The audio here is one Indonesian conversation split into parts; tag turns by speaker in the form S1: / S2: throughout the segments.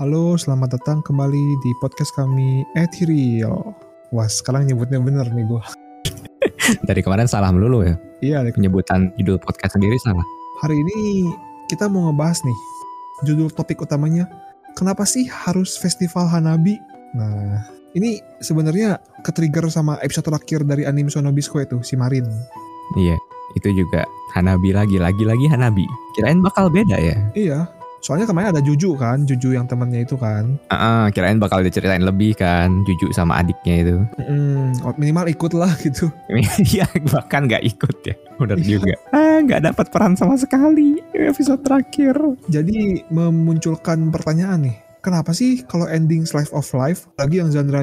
S1: Halo, selamat datang kembali di podcast kami Ethereal. Wah, sekarang nyebutnya bener nih gue.
S2: Dari kemarin salah melulu ya.
S1: Iya, Lik.
S2: Penyebutan judul podcast sendiri salah.
S1: hari ini kita mau ngebahas nih judul topik utamanya kenapa sih harus festival Hanabi? Nah, ini sebenarnya ketrigger sama episode terakhir dari anime Sonobisco itu si Marin.
S2: Iya. Itu juga Hanabi lagi, lagi-lagi Hanabi. Kirain bakal beda ya.
S1: Iya, soalnya kemarin ada Juju kan, Juju yang temennya itu kan.
S2: Ah, ah, kirain bakal diceritain lebih kan, Juju sama adiknya itu.
S1: Mm, minimal ikut lah gitu.
S2: Iya, bahkan nggak ikut ya. Bener juga. Ah, nggak dapat peran sama sekali episode terakhir.
S1: Jadi memunculkan pertanyaan nih. Kenapa sih kalau ending Slice of Life lagi yang genre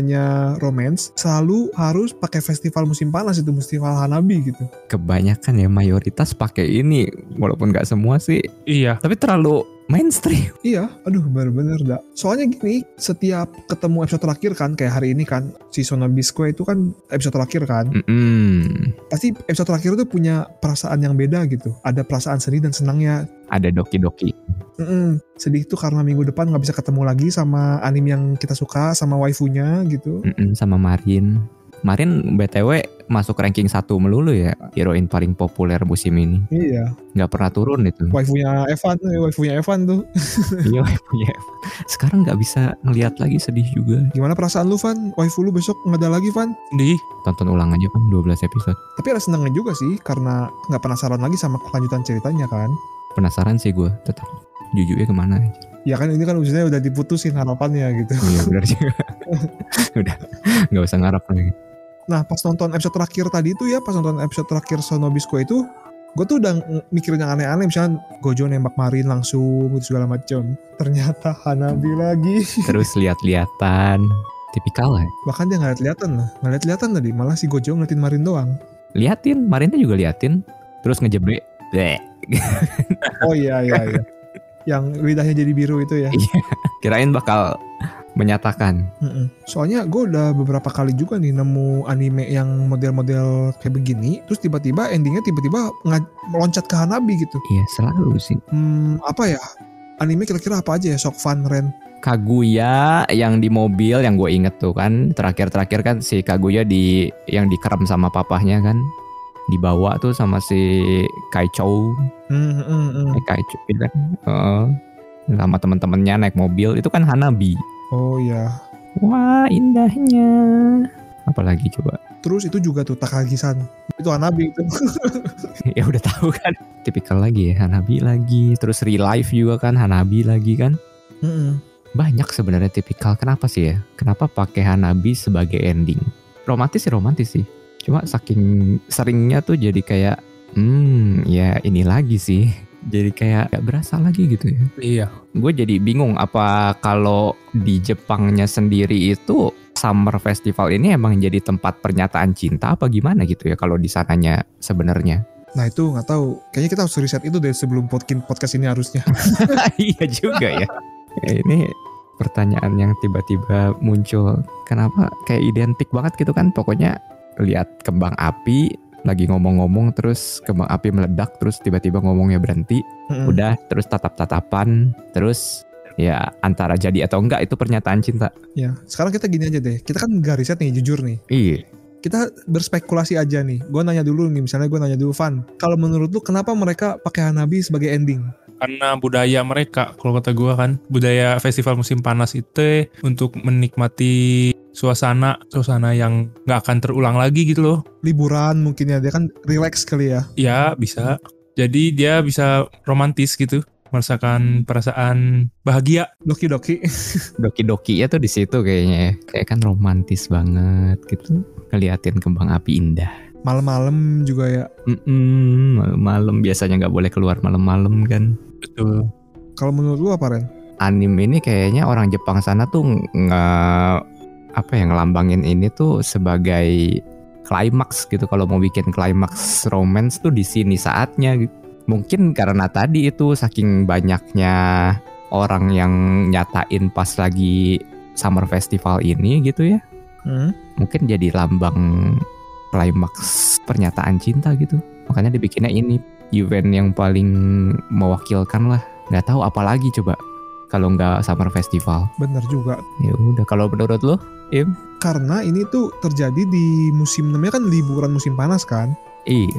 S1: romance selalu harus pakai festival musim panas itu festival Hanabi gitu?
S2: Kebanyakan ya mayoritas pakai ini, walaupun nggak semua sih.
S3: Iya.
S2: Tapi terlalu mainstream.
S1: Iya, aduh bener-bener dah. Soalnya gini, setiap ketemu episode terakhir kan, kayak hari ini kan, si Sonobisco itu kan episode terakhir kan,
S2: Mm-mm.
S1: pasti episode terakhir itu punya perasaan yang beda gitu. Ada perasaan sedih dan senangnya.
S2: Ada doki-doki.
S1: Mm-mm. Sedih itu karena minggu depan nggak bisa ketemu lagi sama anime yang kita suka, sama waifunya gitu.
S2: Mm-mm, sama Marin. Marin BTW masuk ranking satu melulu ya heroin paling populer musim ini
S1: Iya,
S2: nggak pernah turun itu
S1: waifunya Evan, eh, waifunya Evan tuh.
S2: iya punya sekarang nggak bisa ngelihat lagi sedih juga
S1: Gimana perasaan lu, Van? Waifu lu besok nggak ada lagi, Van?
S3: Di
S2: tonton ulang aja kan 12 episode
S1: Tapi ada senangnya juga sih, karena nggak penasaran lagi sama kelanjutan ceritanya kan.
S2: penasaran sih gue tetap jujurnya kemana aja
S1: Ya kan ini kan ujungnya udah diputusin harapannya gitu.
S2: iya benar juga udah nggak usah ngarap lagi
S1: Nah pas nonton episode terakhir tadi itu ya Pas nonton episode terakhir Sonobisco itu Gue tuh udah ng- mikirin yang aneh-aneh Misalnya Gojo nembak Marin langsung gitu segala macem Ternyata Hanabi lagi
S2: terus lihat-lihatan tipikal lah ya.
S1: Bahkan dia gak liatan lah Gak liat-liatan tadi Malah si Gojo ngeliatin Marin doang
S2: liatin Marinnya juga liatin terus ngejebek Bleh.
S1: Oh iya iya iya Yang lidahnya jadi biru itu ya
S2: kirain bakal menyatakan
S1: Mm-mm. Soalnya gue udah beberapa kali juga nih Nemu anime yang model-model kayak begini Terus tiba-tiba endingnya tiba-tiba nga- Meloncat ke Hanabi gitu
S2: iya selalu sih
S1: Hmm apa ya Anime kira-kira apa aja ya Sok Van Ren
S2: Kaguya yang di mobil yang gue inget tuh kan terakhir-terakhir kan si Kaguya di yang dikerem sama papahnya kan dibawa tuh sama si Kaichou
S1: Hmm, hmm, hmm.
S2: eh, Kaichou ya kan Heeh. sama teman-temannya naik mobil itu kan Hanabi
S1: Oh iya.
S2: wah indahnya apalagi coba
S1: Terus itu juga tuh Takagi-san. Itu Hanabi itu.
S2: ya udah tahu kan tipikal lagi ya Hanabi lagi terus real life juga kan Hanabi lagi kan
S1: Mm-mm.
S2: banyak sebenarnya tipikal kenapa sih ya kenapa pakai Hanabi sebagai ending romantis sih romantis sih cuma saking seringnya tuh jadi kayak hmm ya ini lagi sih jadi kayak gak berasa lagi gitu ya
S3: Iya.
S2: gue jadi bingung apa kalau di Jepangnya sendiri itu Summer Festival ini emang jadi tempat pernyataan cinta apa gimana gitu ya kalau di sananya sebenarnya
S1: Nah itu nggak tahu. Kayaknya kita harus riset itu dari sebelum podkin- podcast ini harusnya.
S2: iya juga ya. Ya, Ini pertanyaan yang tiba-tiba muncul. Kenapa kayak identik banget gitu kan? Pokoknya lihat kembang api lagi ngomong-ngomong terus kembang api meledak terus tiba-tiba ngomongnya berhenti.
S1: Mm-mm.
S2: Udah terus tatap-tatapan terus ya antara jadi atau enggak itu pernyataan cinta.
S1: Ya. Sekarang kita gini aja deh. Kita kan nggak riset nih, jujur nih.
S2: Iya.
S1: Kita berspekulasi aja nih. Gue nanya dulu nih. Misalnya gue nanya dulu, Van. Kalau menurut lu kenapa mereka pakai Hanabi sebagai ending?
S3: Karena budaya mereka, kalau kata gua kan, budaya festival musim panas itu untuk menikmati suasana, suasana yang nggak akan terulang lagi gitu loh.
S1: Liburan mungkin ya. Dia kan relax kali ya.
S3: Ya bisa. Jadi dia bisa romantis gitu, merasakan perasaan bahagia.
S1: Doki-doki.
S2: Doki-doki ya tuh di situ kayaknya ya. Kayak kan romantis banget gitu. Ngeliatin kembang api indah.
S1: Malam-malam juga ya.
S2: Mm-mm, malam biasanya nggak boleh keluar malam-malam kan.
S3: Betul.
S1: Kalau menurut lu apa, Ren?
S2: Anime ini kayaknya orang Jepang sana tuh nge apa ya ngelambangin ini tuh sebagai klimaks gitu kalau mau bikin klimaks romance tuh di sini saatnya. gitu. Mungkin karena tadi itu saking banyaknya orang yang nyatain pas lagi summer festival ini gitu ya.
S1: Hmm?
S2: Mungkin jadi lambang klimaks pernyataan cinta gitu. Makanya dibikinnya ini event yang paling mewakilkan lah. Nggak tahu apalagi coba. kalau nggak summer festival.
S1: Bener juga.
S2: Ya udah kalau menurut lo, Im?
S1: Karena ini tuh terjadi di musim namanya kan liburan musim panas kan.
S2: Iya.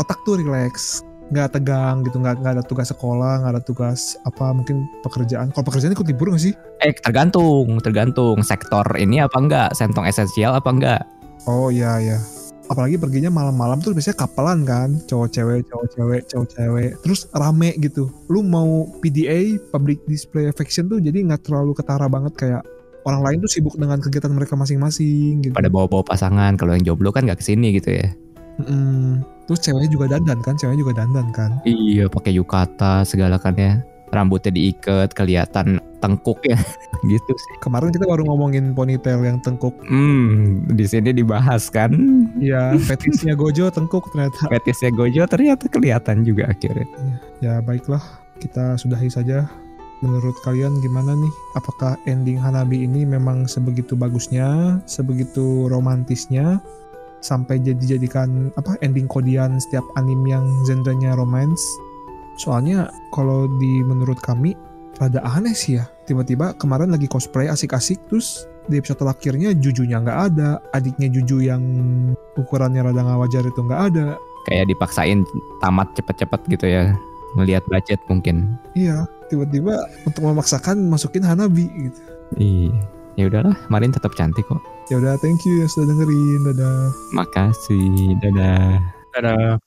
S1: Otak tuh relax nggak tegang gitu nggak nggak ada tugas sekolah nggak ada tugas apa mungkin pekerjaan kalau pekerjaan ikut libur nggak sih
S2: Eh tergantung, tergantung sektor ini apa enggak, sentong esensial apa enggak.
S1: oh iya iya apalagi perginya malam-malam tuh biasanya kapelan kan cowok cewek cowok cewek cowok cewek terus rame gitu lu mau PDA public display affection tuh jadi nggak terlalu ketara banget kayak orang lain tuh sibuk dengan kegiatan mereka masing-masing gitu
S2: Pada bawa-bawa pasangan, kalau yang jomblo kan nggak kesini gitu ya.
S1: Mm-mm. terus ceweknya juga dandan kan ceweknya juga dandan kan
S2: Iya, pakai yukata segala kan ya. Rambutnya diikat, kelihatan tengkuk ya, gitu sih.
S1: kemarin kita baru ngomongin ponytail yang tengkuk
S2: Hmm, di sini dibahas kan.
S1: ya fetishnya Gojo tengkuk ternyata
S2: Petisnya Gojo ternyata kelihatan juga akhirnya.
S1: ya baiklah kita sudahi saja menurut kalian gimana nih apakah ending Hanabi ini memang sebegitu bagusnya sebegitu romantisnya sampai jadi jadikan apa ending kodian setiap anime yang genrenya romance soalnya kalau di menurut kami rada aneh sih ya tiba-tiba kemarin lagi cosplay asik-asik terus di episode terakhirnya jujunya nggak ada adiknya juju yang ukurannya rada nggak wajar itu nggak ada
S2: Kayak dipaksain tamat cepet-cepet gitu ya. Melihat budget mungkin.
S1: Iya, tiba-tiba untuk memaksakan masukin Hanabi gitu.
S2: Iya. Ya udahlah, Marin tetap cantik kok.
S1: Ya udah, thank you yang sudah dengerin. Dadah.
S2: Makasih, dadah.
S3: Dadah.